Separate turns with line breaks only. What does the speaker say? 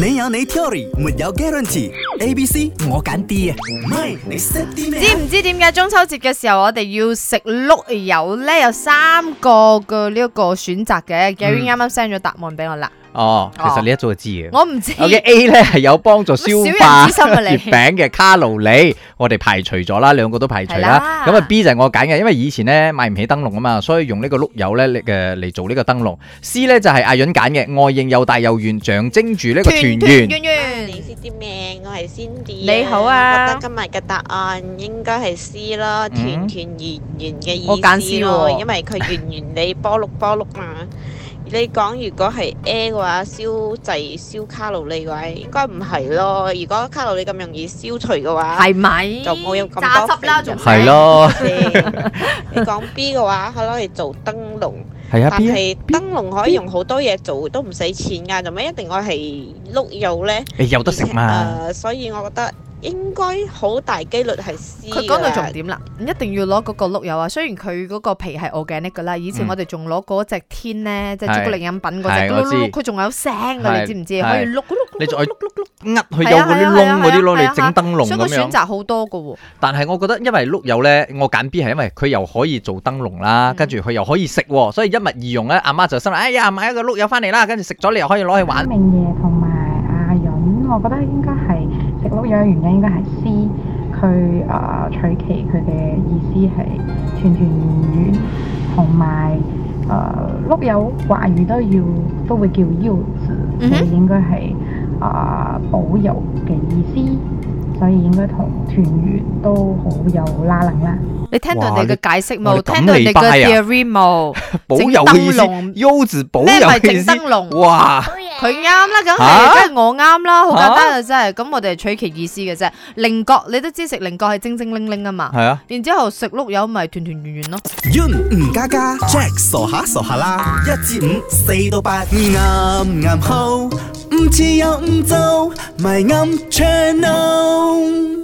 你有你 theory，沒有 guarantee。A、B、C 我揀 D 啊，唔係你識啲咩
知
啊？
唔知點解中秋節嘅時候我哋要食碌柚咧？有三個嘅呢一個選擇嘅。Gary 啱啱 send 咗答案俾我啦，
哦，其
哦
實你一早就知嘅。
我唔知。
O K A 咧係有幫助消
小
化
人之心啊你
月餅 嘅卡路里，我哋排除咗啦，兩個都排除
係
啦
啦。
咁啊 B 就係我揀嘅，因為以前咧買唔起燈籠啊嘛，所以用呢個碌柚咧嘅嚟做呢個燈籠。C 咧就係阿潤揀嘅，外形又大又圓，象徵住呢個團圓。
你
圓。
識啲咩？我係 Cindy
你好啊
我覺得今日嘅答案應該係 C 咯，團
嗯
團圓圓嘅
我揀 C
意思咯，
喎
因為佢圓圓你波碌波碌嘛。你講如果係 A 嘅話，消滯消卡路里嘅話，應該唔係咯。如果卡路里咁容易消除嘅話，
係咪？
就冇有咁
榨
多
汁啦，
肥
仲
人
食
係。咯，
你講 B 嘅話，可攞嚟做燈籠，
係啊
但
B 啊
係燈籠可以用好多嘢做，都唔使錢㗎，做咩一定我係碌柚呢？
誒有得食嘛？
誒呃所以我覺得應該好大機率係 C
佢講到重點啦，唔一定要攞嗰個碌柚啊。雖然佢嗰個皮係 organic 噶啦，以前
嗯
我哋仲攞嗰隻天咧，即係
係
朱古力飲品嗰
係
隻，咕
我知
嚕嚕佢仲有聲㗎，你知唔知？
係
可以碌咕碌
你
咕
仲
碌碌碌
呃佢
係啊
有嗰啲
係啊
窿嗰啲咯，
係啊係啊
你整燈
碌，
籠
所以個
咁
選
樣。
擇好多㗎喎。
但係我覺得因為碌柚咧，我揀 B 係因為佢又可以做燈籠啦，
嗯
跟住佢又可以食喎，所以一物二用咧。阿媽就心諗：哎呀，買一個碌柚翻嚟啦，跟住食咗你又可以攞去
嗯
玩。
明爺同埋阿潤，我覺得應該係食碌柚嘅原因應該係 C，佢啊、取其佢嘅意思係團團圓圓，同埋啊誒碌柚華語都要都會叫柚子，
嗯
所
哼
以應該係啊、保佑嘅意思，所以應該同團圓都好有拉楞啦。
你聽到
哇
人哋嘅解釋冇？
你咁
聽到人哋
禮拜
嘅
啊
theory 冇？
保佑嘅意思
整燈籠，
優字保佑
咩咪
嘅
整
意思。
燈籠？
哇！
佢啱啦，梗
嚇
係梗係我啱啦，好簡單嘅啫。咁我哋係取其意思嘅啫。菱角你都知食菱角係精精靈靈啊嘛，
係啊，
然之後食碌柚咪團團圓圓咯。
Yun 吳家家，Jack 傻下傻下啦，一至五，四到八，啱 Ừ, 啱好，唔似又唔做，咪啱 channel。